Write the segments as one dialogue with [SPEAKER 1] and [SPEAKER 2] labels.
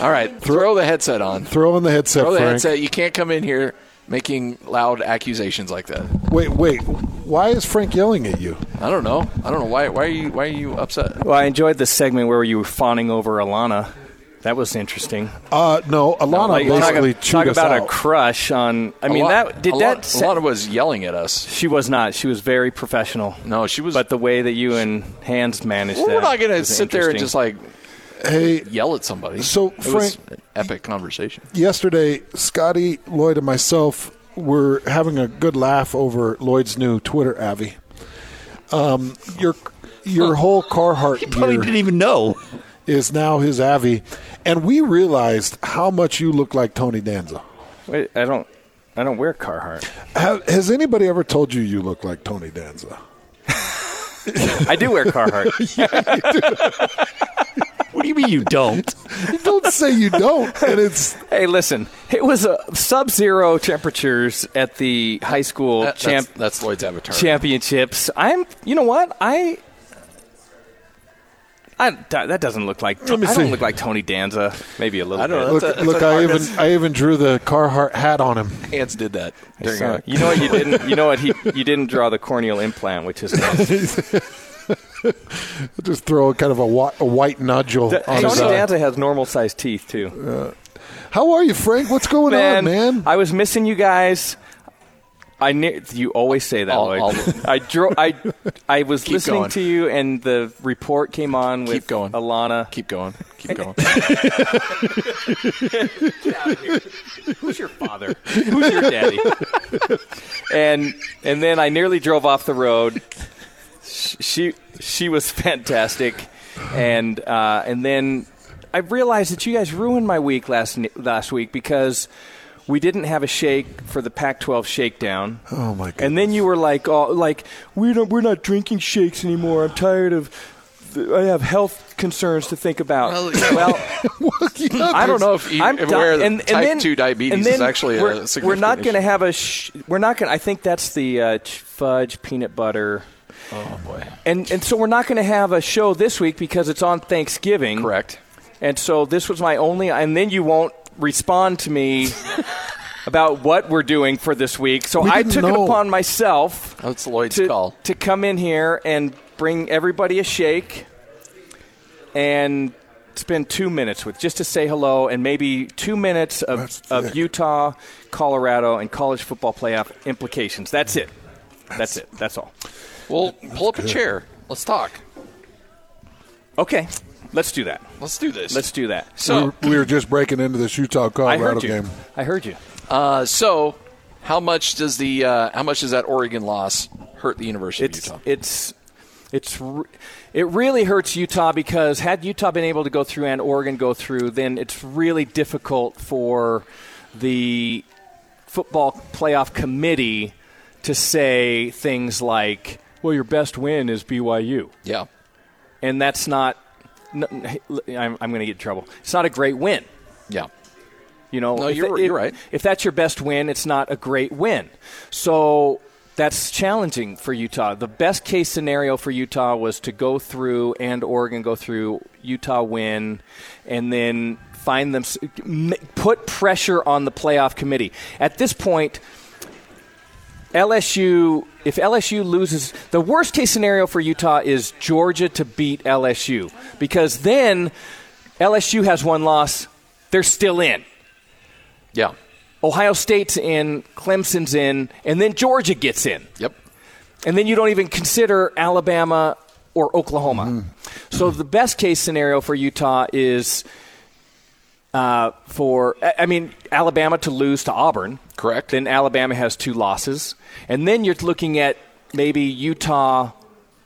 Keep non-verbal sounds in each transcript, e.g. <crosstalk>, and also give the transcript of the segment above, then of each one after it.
[SPEAKER 1] All right, throw the headset on.
[SPEAKER 2] Throw in the headset,
[SPEAKER 1] Throw the
[SPEAKER 2] Frank.
[SPEAKER 1] headset. You can't come in here making loud accusations like that.
[SPEAKER 2] Wait, wait. Why is Frank yelling at you?
[SPEAKER 1] I don't know. I don't know why. Why are you? Why are you upset?
[SPEAKER 3] Well, I enjoyed the segment where you were fawning over Alana. That was interesting.
[SPEAKER 2] Uh, no, Alana
[SPEAKER 3] Like,
[SPEAKER 2] basically
[SPEAKER 3] talk,
[SPEAKER 2] chewed
[SPEAKER 3] talk
[SPEAKER 2] us
[SPEAKER 3] about
[SPEAKER 2] out.
[SPEAKER 3] a crush on. I mean,
[SPEAKER 1] Alana-
[SPEAKER 3] that did
[SPEAKER 1] Alana-
[SPEAKER 3] that. se-
[SPEAKER 1] Alana was yelling at us.
[SPEAKER 3] she was not. She was very professional.
[SPEAKER 1] No, she was.
[SPEAKER 3] But the way that you and Hands managed
[SPEAKER 1] we're
[SPEAKER 3] that
[SPEAKER 1] not going to
[SPEAKER 3] was
[SPEAKER 1] sit there and
[SPEAKER 3] interesting.
[SPEAKER 1] just like
[SPEAKER 2] hey,
[SPEAKER 1] yell at somebody.
[SPEAKER 2] So,
[SPEAKER 1] it was
[SPEAKER 2] Frank-
[SPEAKER 1] an epic conversation.
[SPEAKER 2] yesterday, Scotty, Lloyd, and myself were having a good laugh over Lloyd's new Twitter Avi. Um, your your whole Carhartt
[SPEAKER 4] Probably
[SPEAKER 2] gear
[SPEAKER 4] didn't even know.
[SPEAKER 2] is now his Avi, and we realized how much you look like Tony Danza.
[SPEAKER 3] Wait, I don't. I don't wear Carhartt.
[SPEAKER 2] Ha has anybody ever told you you look like Tony Danza? <laughs>
[SPEAKER 3] I do
[SPEAKER 1] <laughs>
[SPEAKER 3] wear Carhartt.
[SPEAKER 4] What do you mean you
[SPEAKER 1] <laughs>
[SPEAKER 4] don't?
[SPEAKER 2] Don't say you don't. And it's
[SPEAKER 3] hey, listen. It was uh, sub-zero temperatures at the high school
[SPEAKER 1] That-
[SPEAKER 3] champ
[SPEAKER 1] that's, that's Lloyd's avatar.
[SPEAKER 3] championships. I'm. You know what? I. I, that doesn't look like
[SPEAKER 2] Let me
[SPEAKER 3] I
[SPEAKER 2] see.
[SPEAKER 3] don't look like Tony Danza. Maybe a little
[SPEAKER 1] I don't
[SPEAKER 3] bit.
[SPEAKER 1] know.
[SPEAKER 2] look.
[SPEAKER 1] That's a- that's
[SPEAKER 2] look,
[SPEAKER 1] a
[SPEAKER 2] I even
[SPEAKER 1] hardness.
[SPEAKER 2] I even drew the Carhartt hat on him. <laughs>
[SPEAKER 1] Hands did that during
[SPEAKER 3] So,
[SPEAKER 1] our-
[SPEAKER 3] you know what you didn't. You know what he. You didn't draw the corneal implant, which
[SPEAKER 1] <laughs>
[SPEAKER 3] is nice.
[SPEAKER 2] Just throw kind of a, wa- a white nodule on
[SPEAKER 1] Oh,
[SPEAKER 3] Tony
[SPEAKER 2] his eye.
[SPEAKER 3] Danza has normal sized teeth too.
[SPEAKER 2] How are you, Frank? What's going on, man?
[SPEAKER 3] I was missing you guys. I ne- you always say that.
[SPEAKER 1] I'll-
[SPEAKER 3] Lloyd.
[SPEAKER 1] I'll-
[SPEAKER 3] <laughs> I dro- I I was
[SPEAKER 1] Keep
[SPEAKER 3] listening
[SPEAKER 1] going.
[SPEAKER 3] to you, and the report came on with
[SPEAKER 1] Keep going.
[SPEAKER 3] Alana.
[SPEAKER 1] Keep going. Keep
[SPEAKER 3] <laughs>
[SPEAKER 1] going.
[SPEAKER 3] Who's your father? Who's your daddy? and and then I nearly drove off the road. Sh- She she was fantastic, and uh, and then I realized that you guys ruined my week last ni- last week because we didn't have a shake for the Pac-12 shakedown.
[SPEAKER 2] Oh, my
[SPEAKER 3] And then you were like, oh, like we don't we're not drinking shakes anymore. I'm tired of. I have health concerns to think about. well I don't know if
[SPEAKER 1] you-
[SPEAKER 3] I'm
[SPEAKER 1] if
[SPEAKER 3] di-
[SPEAKER 1] aware that
[SPEAKER 3] and, and
[SPEAKER 1] type
[SPEAKER 3] then-
[SPEAKER 1] 2 diabetes
[SPEAKER 3] and then
[SPEAKER 1] is actually a
[SPEAKER 3] we're, We're
[SPEAKER 1] significant
[SPEAKER 3] not to
[SPEAKER 1] issue.
[SPEAKER 3] have a. Sh- we're not going. to I think that's the uh, ch- fudge peanut butter.
[SPEAKER 1] oh boy.
[SPEAKER 3] And and so we're not going to have a show this week because it's on Thanksgiving.
[SPEAKER 1] Correct.
[SPEAKER 3] And so this was my only. And then you won't respond
[SPEAKER 1] <laughs>
[SPEAKER 3] to me about what we're doing for this week. So
[SPEAKER 2] We
[SPEAKER 3] I
[SPEAKER 2] didn't
[SPEAKER 3] took it
[SPEAKER 2] know.
[SPEAKER 3] upon myself
[SPEAKER 1] That's Lloyd's
[SPEAKER 3] to,
[SPEAKER 1] call.
[SPEAKER 3] to come in here and bring everybody a shake and spend two minutes with just to say hello and maybe two minutes of,
[SPEAKER 2] That's
[SPEAKER 3] of
[SPEAKER 2] thick.
[SPEAKER 3] Utah, Colorado, and college football playoff implications. That's it. That's it. That's all.
[SPEAKER 1] Well, pull up a chair. Let's talk.
[SPEAKER 3] Okay. Let's do that.
[SPEAKER 1] Let's do this.
[SPEAKER 3] Let's do that.
[SPEAKER 1] so,
[SPEAKER 2] we, were, we were just breaking into this Utah
[SPEAKER 3] I heard
[SPEAKER 2] Colorado
[SPEAKER 3] you.
[SPEAKER 2] game.
[SPEAKER 3] I heard you.
[SPEAKER 1] uh, so, how much does the uh, how much does that Oregon loss hurt the University
[SPEAKER 3] It's
[SPEAKER 1] of Utah?
[SPEAKER 3] it's it's re- it really hurts Utah because had Utah been able to go through and Oregon go through, then it's really difficult for the football playoff committee to say things like, "Well, your best win is BYU,"
[SPEAKER 1] Yeah.
[SPEAKER 3] and that's not. n- n- I'm, I'm going to get in trouble. It's not a great win.
[SPEAKER 1] Yeah.
[SPEAKER 3] You know,
[SPEAKER 1] No,
[SPEAKER 3] if
[SPEAKER 1] you're-
[SPEAKER 3] it-
[SPEAKER 1] you're right.
[SPEAKER 3] If that's your best win, it's not a great win. So that's challenging for Utah. The best case scenario for Utah was to go through and Oregon go through, Utah win, and then find them m- put pressure on the playoff committee. At this point, LSU, if LSU loses, the worst case scenario for Utah is Georgia to beat LSU because then LSU has one loss, they're still in.
[SPEAKER 1] Yeah.
[SPEAKER 3] Ohio State's in, Clemson's in, and then Georgia gets in.
[SPEAKER 1] Yep.
[SPEAKER 3] And then you don't even consider Alabama or Oklahoma.
[SPEAKER 2] Mm-hmm.
[SPEAKER 3] So the best case scenario for Utah is uh, for, I- I mean, Alabama to lose to Auburn.
[SPEAKER 1] Correct.
[SPEAKER 3] Then Alabama has two losses. And then you're looking at maybe Utah,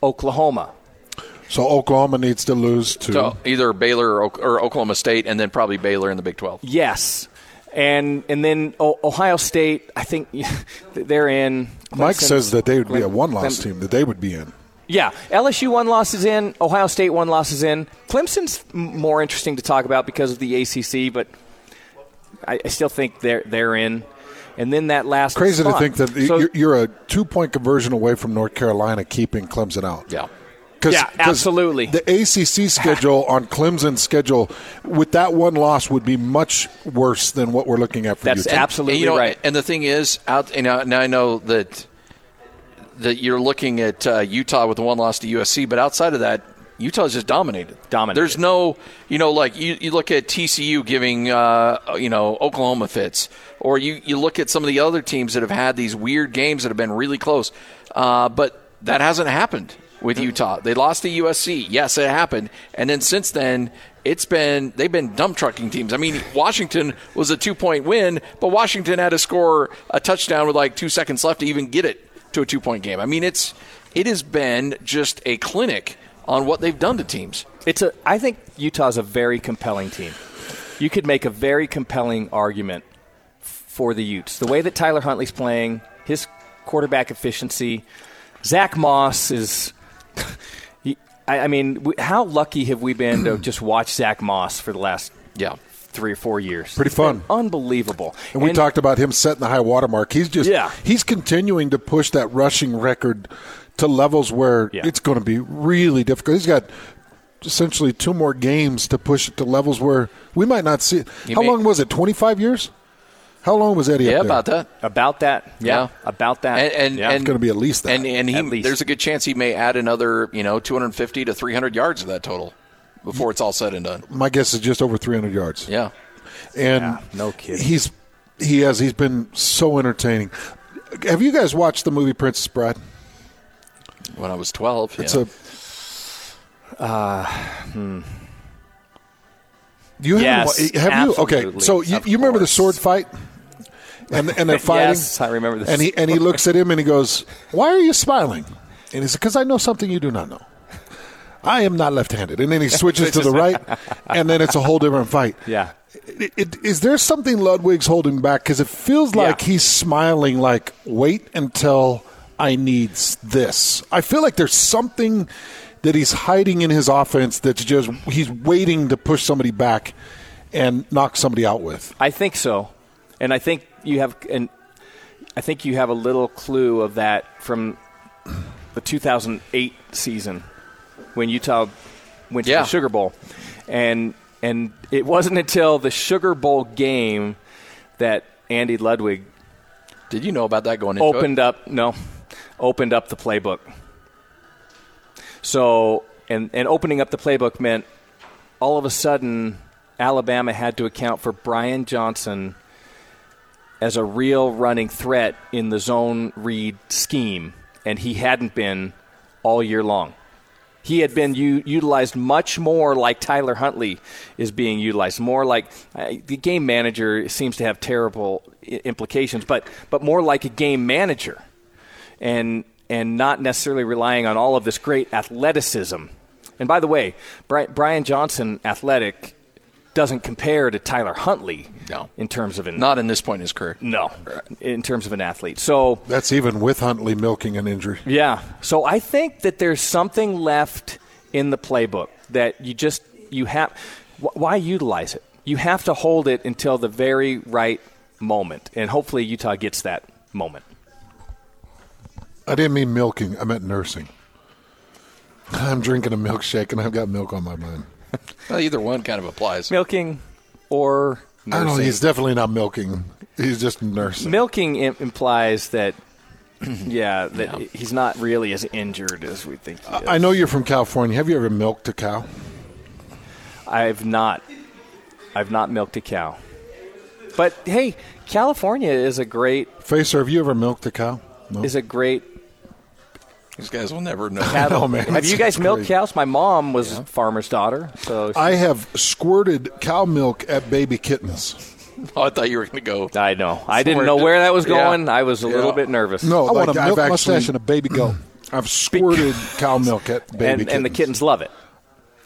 [SPEAKER 3] Oklahoma.
[SPEAKER 2] So Oklahoma needs to lose to.
[SPEAKER 1] So either Baylor or, Ok- or Oklahoma State, and then probably Baylor in the Big Twelve.
[SPEAKER 3] Yes. And, and then o- Ohio State, I think <laughs> they're in.
[SPEAKER 2] Mike
[SPEAKER 3] Clemson-
[SPEAKER 2] says that they would be a
[SPEAKER 3] Clem-
[SPEAKER 2] one-loss
[SPEAKER 3] Clem-
[SPEAKER 2] team that they would be in.
[SPEAKER 3] Yeah, LSU one loss is in. Ohio State one loss is in. Clemson's m- more interesting to talk about because of the ACC, but I, I still think they're they're in. And then that last
[SPEAKER 2] Crazy to
[SPEAKER 3] spot.
[SPEAKER 2] think that
[SPEAKER 3] So-
[SPEAKER 2] you're, you're a two-point conversion away from North Carolina keeping Clemson out.
[SPEAKER 1] Yeah.
[SPEAKER 2] Cause,
[SPEAKER 3] Yeah,
[SPEAKER 2] 'cause
[SPEAKER 3] absolutely.
[SPEAKER 2] The
[SPEAKER 3] <laughs>
[SPEAKER 2] ACC schedule on Clemson's schedule with that one loss would be much worse than what we're looking at for
[SPEAKER 3] That's
[SPEAKER 2] Utah.
[SPEAKER 3] absolutely
[SPEAKER 1] And, you know,
[SPEAKER 3] right.
[SPEAKER 1] And the thing is, out and I, and I know that that you're looking at uh, Utah with the one loss to USC, but outside of that, Utah's just dominated.
[SPEAKER 3] Dominated.
[SPEAKER 1] There's no, you know, like you, you look at TCU giving, uh, you know, Oklahoma fits, or you you look at some of the other teams that have had these weird games that have been really close, uh, but that hasn't happened with Utah. They lost to USC. Yes, it happened, and then since then. It's been they've been dump trucking teams. I mean, Washington was a two point win, but Washington had to score a touchdown with like two seconds left to even get it to a two point game. I mean, it's it has been just a clinic on what they've done to teams.
[SPEAKER 3] It's a. I think Utah's a very compelling team. You could make a very compelling argument for the Utes. The way that Tyler Huntley's playing, his quarterback efficiency, Zach Moss is. <laughs> he- I, I mean, w- how lucky have we been to just watch Zach Moss for the last
[SPEAKER 1] Yeah.
[SPEAKER 3] three or four years?
[SPEAKER 2] Pretty
[SPEAKER 3] It's been
[SPEAKER 2] fun.
[SPEAKER 3] unbelievable.
[SPEAKER 2] And we talked about him setting the high water mark. He's just
[SPEAKER 3] Yeah.
[SPEAKER 2] he's continuing to push that rushing record to levels where
[SPEAKER 3] Yeah.
[SPEAKER 2] it's going to be really difficult. He's got essentially two more games to push it to levels where we might not see it. How
[SPEAKER 1] may-
[SPEAKER 2] long was it? 25 years? How long was Eddie
[SPEAKER 1] Yeah,
[SPEAKER 2] up there?
[SPEAKER 1] about that.
[SPEAKER 3] about that.
[SPEAKER 1] Yeah.
[SPEAKER 3] about that.
[SPEAKER 1] And and,
[SPEAKER 3] Yeah.
[SPEAKER 1] and
[SPEAKER 2] It's gonna be at least that.
[SPEAKER 1] And and
[SPEAKER 3] At
[SPEAKER 1] he
[SPEAKER 3] least.
[SPEAKER 1] there's a good chance he may add another you know 250 to 300 yards of that total before it's all said and done.
[SPEAKER 2] My guess is just over 300 yards.
[SPEAKER 1] Yeah.
[SPEAKER 2] and
[SPEAKER 3] Yeah, no kidding.
[SPEAKER 2] He's he has he's been so entertaining. Have you guys watched the movie Princess Bride?
[SPEAKER 1] When I was 12.
[SPEAKER 2] It's
[SPEAKER 1] yeah.
[SPEAKER 2] a. Uh, hmm. You haven't
[SPEAKER 3] Yes,
[SPEAKER 2] wa- have you okay?
[SPEAKER 3] absolutely.
[SPEAKER 2] So you,
[SPEAKER 3] Of
[SPEAKER 2] you remember the
[SPEAKER 3] course.
[SPEAKER 2] sword fight, and and
[SPEAKER 3] <laughs>
[SPEAKER 2] they're fighting.
[SPEAKER 3] Yes, I remember this.
[SPEAKER 2] And he and he looks at him and he goes, "Why are you smiling?" And he says, "Because I know something you do not know. I am not left-handed." And then
[SPEAKER 3] <laughs>
[SPEAKER 2] he switches to the right, and then it's a whole different fight.
[SPEAKER 3] yeah.
[SPEAKER 2] It, it, is there something Ludwig's holding back? Because it feels like he's smiling, like, wait until I need s- this. I feel like there's something that he's hiding in his offense that's just, he's waiting to push somebody back and knock somebody out with.
[SPEAKER 3] I think so, and I think you have, and I think you have a little clue of that from the 2008 season when Utah went to
[SPEAKER 1] Yeah.
[SPEAKER 3] the Sugar Bowl, and and it wasn't until the Sugar Bowl game that Andy Ludwig
[SPEAKER 1] Did you know about that going into
[SPEAKER 3] opened up no opened up the playbook so and and opening up the playbook meant all of a sudden alabama had to account for brian johnson as a real running threat in the zone read scheme and he hadn't been all year long he had been u- utilized much more like Tyler Huntley is being utilized, more like uh, the game manager seems to have terrible I- implications, but but more like a game manager, and and not necessarily relying on all of this great athleticism. And by the way, Bri- Brian Johnson, athletic, doesn't compare to Tyler Huntley
[SPEAKER 1] No.
[SPEAKER 3] in terms of an
[SPEAKER 1] It? Not in this point in his career.
[SPEAKER 3] no in terms of an athlete. So
[SPEAKER 2] That's even with Huntley milking an injury.
[SPEAKER 3] yeah. So I think that there's something left in the playbook that you just you have. Wh- why utilize it? You have to hold it until the very right moment, and hopefully Utah gets that moment.
[SPEAKER 2] I didn't mean milking, I meant nursing. I'm drinking a milkshake and I've got milk on my mind.
[SPEAKER 1] Well, either one kind of applies.
[SPEAKER 3] Milking or
[SPEAKER 2] I don't know.
[SPEAKER 3] nursing.
[SPEAKER 2] He's definitely not milking. He's just nursing.
[SPEAKER 3] milking Im-
[SPEAKER 2] <clears throat>
[SPEAKER 3] implies that. Yeah, that he's not really as injured as we think. He is.
[SPEAKER 2] I know you're from California. Have you ever milked a cow?
[SPEAKER 3] I've not. I've not milked a cow. But hey, California is a great
[SPEAKER 2] Facer, have you ever milked a cow? No.
[SPEAKER 3] is a great
[SPEAKER 1] These guys will never know.
[SPEAKER 3] cattle.
[SPEAKER 2] man.
[SPEAKER 3] Have you guys
[SPEAKER 2] That's
[SPEAKER 3] milked
[SPEAKER 2] crazy.
[SPEAKER 3] cows? My mom was a farmer's daughter, so
[SPEAKER 2] I have squirted cow milk at baby kittens.
[SPEAKER 1] <laughs> oh, I thought you were going to go.
[SPEAKER 3] I know. I didn't
[SPEAKER 1] Somewhere
[SPEAKER 3] know
[SPEAKER 1] to-
[SPEAKER 3] where that was
[SPEAKER 1] Yeah.
[SPEAKER 3] going. I was a little
[SPEAKER 1] Yeah.
[SPEAKER 3] bit nervous.
[SPEAKER 2] No,
[SPEAKER 4] I want
[SPEAKER 2] like
[SPEAKER 4] a
[SPEAKER 2] I've
[SPEAKER 4] milk
[SPEAKER 2] actually,
[SPEAKER 4] mustache and a baby goat.
[SPEAKER 2] <clears throat> I've squirted cow milk at baby
[SPEAKER 3] and,
[SPEAKER 2] kittens.
[SPEAKER 3] and the kittens love it.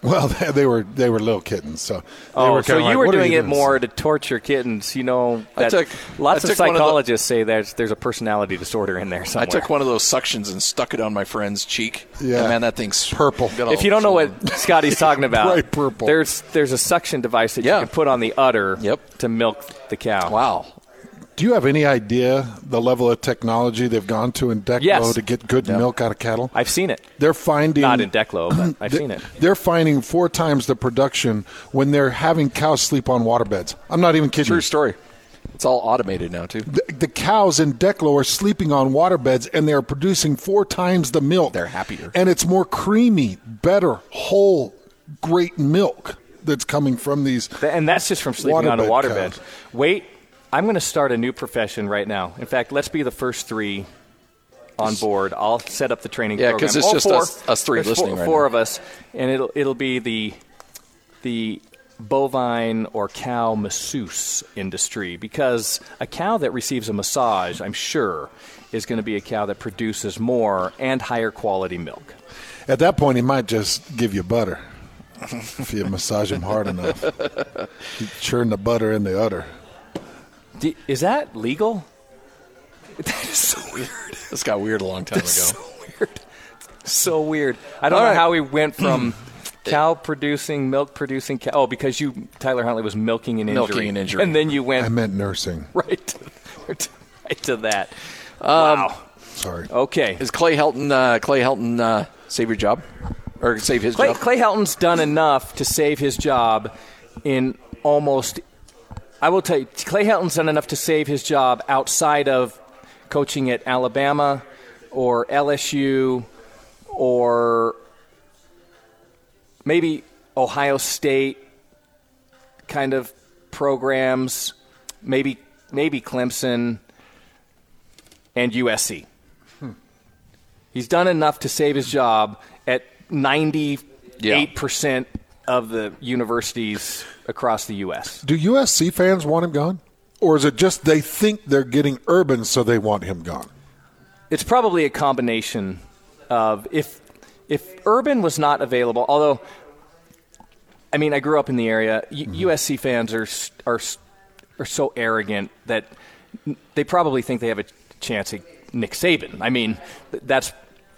[SPEAKER 2] Well, <laughs> they, they were they were little kittens, so they
[SPEAKER 3] Oh,
[SPEAKER 2] were
[SPEAKER 3] so
[SPEAKER 2] kinda
[SPEAKER 3] you
[SPEAKER 2] like,
[SPEAKER 3] were
[SPEAKER 2] "What are
[SPEAKER 3] doing it
[SPEAKER 2] doing?"
[SPEAKER 3] more to torture kittens. You know,
[SPEAKER 1] I
[SPEAKER 3] that-
[SPEAKER 1] took-
[SPEAKER 3] lots
[SPEAKER 1] I
[SPEAKER 3] of
[SPEAKER 1] took one of the-
[SPEAKER 3] psychologists say there's there's a personality disorder in there
[SPEAKER 1] I
[SPEAKER 3] somewhere.
[SPEAKER 1] took one of those suctions and stuck it on my friend's cheek.
[SPEAKER 2] Yeah.
[SPEAKER 1] And man, that thing's
[SPEAKER 2] Purple.
[SPEAKER 3] If you don't know
[SPEAKER 1] Oh,
[SPEAKER 3] what
[SPEAKER 1] <laughs>
[SPEAKER 3] Scotty's talking about,
[SPEAKER 2] Bright purple.
[SPEAKER 3] there's there's a suction device that
[SPEAKER 1] Yeah.
[SPEAKER 3] you can put on the udder
[SPEAKER 1] Yep.
[SPEAKER 3] to milk the cow.
[SPEAKER 1] Wow.
[SPEAKER 2] Do Do you have any idea the level of technology they've gone to in Declo
[SPEAKER 3] Yes.
[SPEAKER 2] to get good milk out of cattle?
[SPEAKER 3] I've seen it.
[SPEAKER 2] they're finding
[SPEAKER 3] Not in Declo,
[SPEAKER 1] <clears throat>
[SPEAKER 3] but I've
[SPEAKER 2] they-
[SPEAKER 3] seen it.
[SPEAKER 2] They're finding four times the production when they're having cows sleep on waterbeds. I'm not even kidding.
[SPEAKER 1] True
[SPEAKER 2] you.
[SPEAKER 1] story. It's all automated now too.
[SPEAKER 2] The, the cows in Declo are sleeping on waterbeds and they are producing four times the milk.
[SPEAKER 1] They're happier.
[SPEAKER 2] And it's more creamy, better, whole, great milk that's coming from these.
[SPEAKER 3] Th- And that's just from sleeping on a
[SPEAKER 2] Waterbed
[SPEAKER 3] waterbed.
[SPEAKER 2] cows.
[SPEAKER 3] Wait, I'm going to start a new profession right now. In fact, let's be the first three on board. I'll set up the training
[SPEAKER 1] Yeah,
[SPEAKER 3] program.
[SPEAKER 1] 'cause it's
[SPEAKER 3] All
[SPEAKER 1] just
[SPEAKER 3] four-
[SPEAKER 1] us- us three
[SPEAKER 3] there's
[SPEAKER 1] listening
[SPEAKER 3] Four,
[SPEAKER 1] right
[SPEAKER 3] four
[SPEAKER 1] now.
[SPEAKER 3] of us, and it'll it'll be the the bovine or cow masseuse industry because a cow that receives a massage, I'm sure, is going to be a cow that produces more and higher quality milk.
[SPEAKER 2] At that point, he might just give you butter if you massage him hard enough. You churn the butter in the udder.
[SPEAKER 3] D- is that legal? <laughs> That is so weird.
[SPEAKER 1] This got weird a long time ago.
[SPEAKER 3] <laughs> So weird. So weird. I don't
[SPEAKER 1] All
[SPEAKER 3] know
[SPEAKER 1] right.
[SPEAKER 3] how we went
[SPEAKER 1] <clears throat>
[SPEAKER 3] from cow producing, milk producing cow. Oh, because you, Tyler Huntley, was milking an injury.
[SPEAKER 1] Milking an injury.
[SPEAKER 3] And then you
[SPEAKER 2] I
[SPEAKER 3] went
[SPEAKER 2] meant nursing.
[SPEAKER 3] <laughs> right to, right to that. wow.
[SPEAKER 2] Sorry.
[SPEAKER 3] Okay.
[SPEAKER 1] Is Clay Helton uh, Clay Helton uh, save your job or save his
[SPEAKER 3] Clay,
[SPEAKER 1] job?
[SPEAKER 3] Clay Helton's done enough to save his job in almost. I will tell you, Clay Helton's done enough to save his job outside of coaching at Alabama or LSU or maybe Ohio State kind of programs, maybe maybe Clemson and USC. Hmm. He's done enough to save his job at 98% of the universities across the U.S.
[SPEAKER 2] Do USC fans want him gone? Or is it just they think they're getting urban, so they want him gone?
[SPEAKER 3] It's probably a combination of if if Urban was not available, although I mean, I grew up in the area. U- USC fans are s- are s- are so arrogant that n- they probably think they have a chance at Nick Saban. I mean, th- that's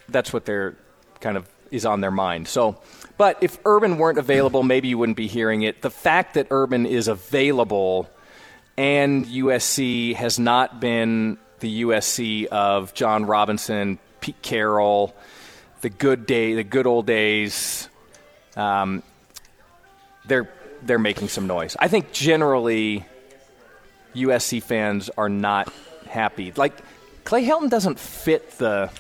[SPEAKER 3] that's what they're kind of is on their mind. So, but if Urban weren't available, maybe you wouldn't be hearing it. The fact that Urban is available and USC has not been the USC of John Robinson, Pete Carroll, the good day, the good old days. Um, they're they're making some noise. I think generally USC fans are not happy. Like Clay Helton doesn't fit the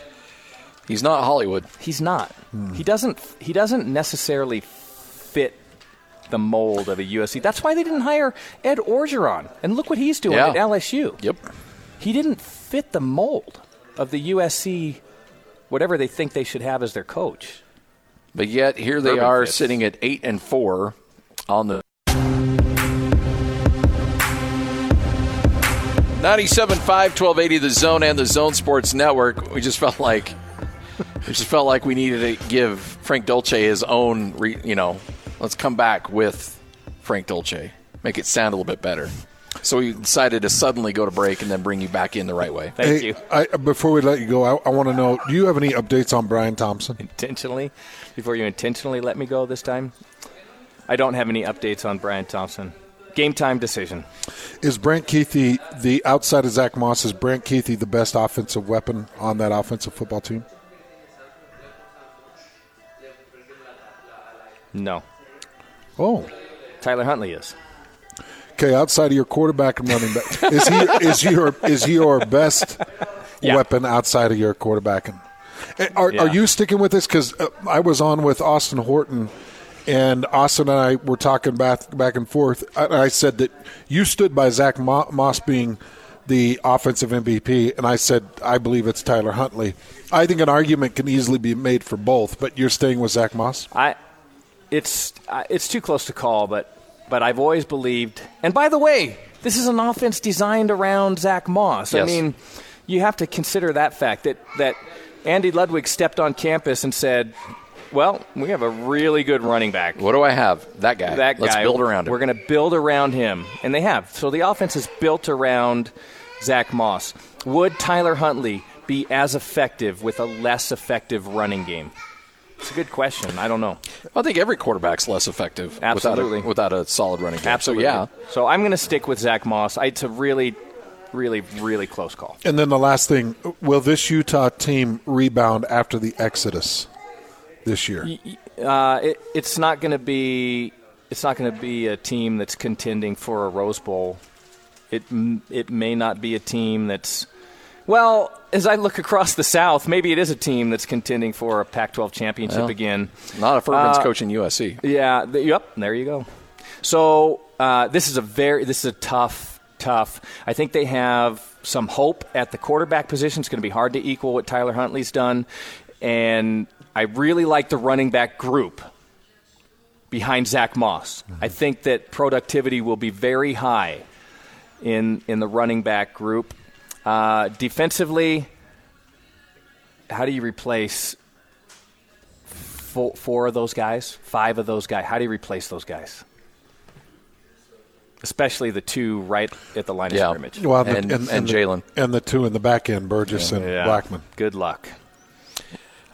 [SPEAKER 1] He's not Hollywood.
[SPEAKER 3] he's not. He doesn't he doesn't necessarily fit the mold of a USC. That's why they didn't hire Ed Orgeron. And look what he's doing
[SPEAKER 1] Yeah.
[SPEAKER 3] at LSU.
[SPEAKER 1] Yep.
[SPEAKER 3] He didn't fit the mold of the USC whatever they think they should have as their coach.
[SPEAKER 1] But yet here they
[SPEAKER 3] Urban
[SPEAKER 1] are
[SPEAKER 3] fits.
[SPEAKER 1] sitting at eight and four on the 97.5, 1280, the Zone and the Zone Sports Network. We just felt like we just felt like we needed to give Frank Dolce his own. Re, you know, let's come back with Frank Dolce, make it sound a little bit better. So we decided to suddenly go to break and then bring you back in the right way.
[SPEAKER 3] Thank
[SPEAKER 2] Hey,
[SPEAKER 3] you.
[SPEAKER 2] I, before we let you go, I, I want to know: Do you have any updates on Brian Thompson?
[SPEAKER 3] intentionally before you intentionally let me go this time i don't have any updates on brian thompson game time decision
[SPEAKER 2] Is Brent Keithy the outside of Zach Moss? Is Brent Keithy the best offensive weapon on that offensive football team?
[SPEAKER 3] no
[SPEAKER 2] Oh,
[SPEAKER 3] tyler huntley is
[SPEAKER 2] okay. Outside of your quarterback and running back,
[SPEAKER 3] <laughs>
[SPEAKER 2] is he is he your is he your best
[SPEAKER 3] Yeah.
[SPEAKER 2] weapon outside of your quarterback? And and are
[SPEAKER 3] Yeah.
[SPEAKER 2] are you sticking with this? Because uh, I was on with Austin Horton. And Austin and I were talking back back and forth. I, I said that you stood by Zach Mo- Moss being the offensive MVP, and I said I believe it's Tyler Huntley. I think an argument can easily be made for both, but you're staying with Zach Moss.
[SPEAKER 3] i it's I, it's too close to call but but i've always believed and by the way this is an offense designed around zach moss i
[SPEAKER 1] Yes.
[SPEAKER 3] mean you have to consider that fact that that andy ludwig stepped on campus and said well we have a really good running back
[SPEAKER 1] What do I have? That guy.
[SPEAKER 3] that
[SPEAKER 1] Let's
[SPEAKER 3] guy.
[SPEAKER 1] build around him.
[SPEAKER 3] We're going to build around him, and they have. So the offense is built around Zach Moss. Would Tyler Huntley be as effective with a less effective running game? It's a good question. I don't know.
[SPEAKER 1] I think every quarterback's less effective
[SPEAKER 3] Absolutely.
[SPEAKER 1] without a, without a solid running game. So yeah,
[SPEAKER 3] So I'm going to stick with Zach Moss. I, it's a really really, really close call.
[SPEAKER 2] And then the last thing will this Utah team rebound after the Exodus this year?
[SPEAKER 3] Uh, it, it's not going to be it's not going to be a team that's contending for a Rose Bowl. It m- it may not be a team that's well. As I look across the South, maybe it is a team that's contending for a Pac-12 championship
[SPEAKER 1] Well,
[SPEAKER 3] again.
[SPEAKER 1] Not if Urban's
[SPEAKER 3] Uh,
[SPEAKER 1] coaching USC.
[SPEAKER 3] Yeah. th- yep. There you go. So uh, this is a very this is a tough tough. I think they have some hope at the quarterback position. It's going to be hard to equal what Tyler Huntley's done, and I really like the running back group behind Zach Moss. I think that productivity will be very high in in the running back group. Uh, defensively, how do you replace four, four of those guys, five of those guys? How do you replace those guys? Especially the two right at the line
[SPEAKER 1] Yeah.
[SPEAKER 3] of scrimmage.
[SPEAKER 2] Well, the-
[SPEAKER 1] And- and
[SPEAKER 2] the-
[SPEAKER 1] Jalen.
[SPEAKER 2] and the two in the back end, Burgess and
[SPEAKER 3] Yeah.
[SPEAKER 2] Blackman.
[SPEAKER 3] Good luck.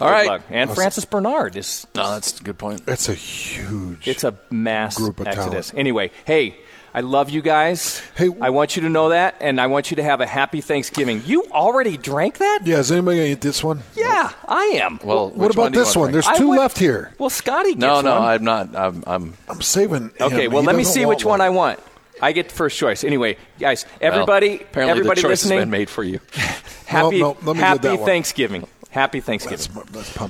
[SPEAKER 1] All
[SPEAKER 3] Good
[SPEAKER 1] right.
[SPEAKER 3] luck. And Francis Bernard is
[SPEAKER 1] No, that's a good point.
[SPEAKER 2] That's a huge.
[SPEAKER 3] It's a mass
[SPEAKER 2] Group of
[SPEAKER 3] exodus.
[SPEAKER 2] talent.
[SPEAKER 3] Anyway, hey, I love you guys.
[SPEAKER 2] Hey-
[SPEAKER 3] I want you to know that, and I want you to have a happy Thanksgiving. You already drank that?
[SPEAKER 2] yeah, is anybody going to eat this one?
[SPEAKER 3] Yeah, I am.
[SPEAKER 1] Well,
[SPEAKER 2] What
[SPEAKER 1] which
[SPEAKER 2] about
[SPEAKER 1] do you
[SPEAKER 2] this
[SPEAKER 1] want
[SPEAKER 2] one?
[SPEAKER 1] to drink?
[SPEAKER 2] There's
[SPEAKER 3] I
[SPEAKER 2] two
[SPEAKER 3] would-
[SPEAKER 2] left here.
[SPEAKER 3] well, Scotty. Gets
[SPEAKER 1] no, no,
[SPEAKER 3] one.
[SPEAKER 1] I'm not. I'm. I'm
[SPEAKER 2] I'm saving.
[SPEAKER 3] okay,
[SPEAKER 2] him.
[SPEAKER 3] well,
[SPEAKER 2] He
[SPEAKER 3] let me
[SPEAKER 2] doesn't
[SPEAKER 3] see
[SPEAKER 2] want
[SPEAKER 3] which one I want. I get first choice. Anyway, guys, everybody,
[SPEAKER 1] well, apparently
[SPEAKER 3] everybody
[SPEAKER 1] the choice
[SPEAKER 3] listening,
[SPEAKER 1] has been made for you.
[SPEAKER 2] Nope,
[SPEAKER 3] happy,
[SPEAKER 2] nope, let me get
[SPEAKER 3] happy
[SPEAKER 2] that one.
[SPEAKER 3] Thanksgiving. Happy Thanksgiving.
[SPEAKER 2] Let's pump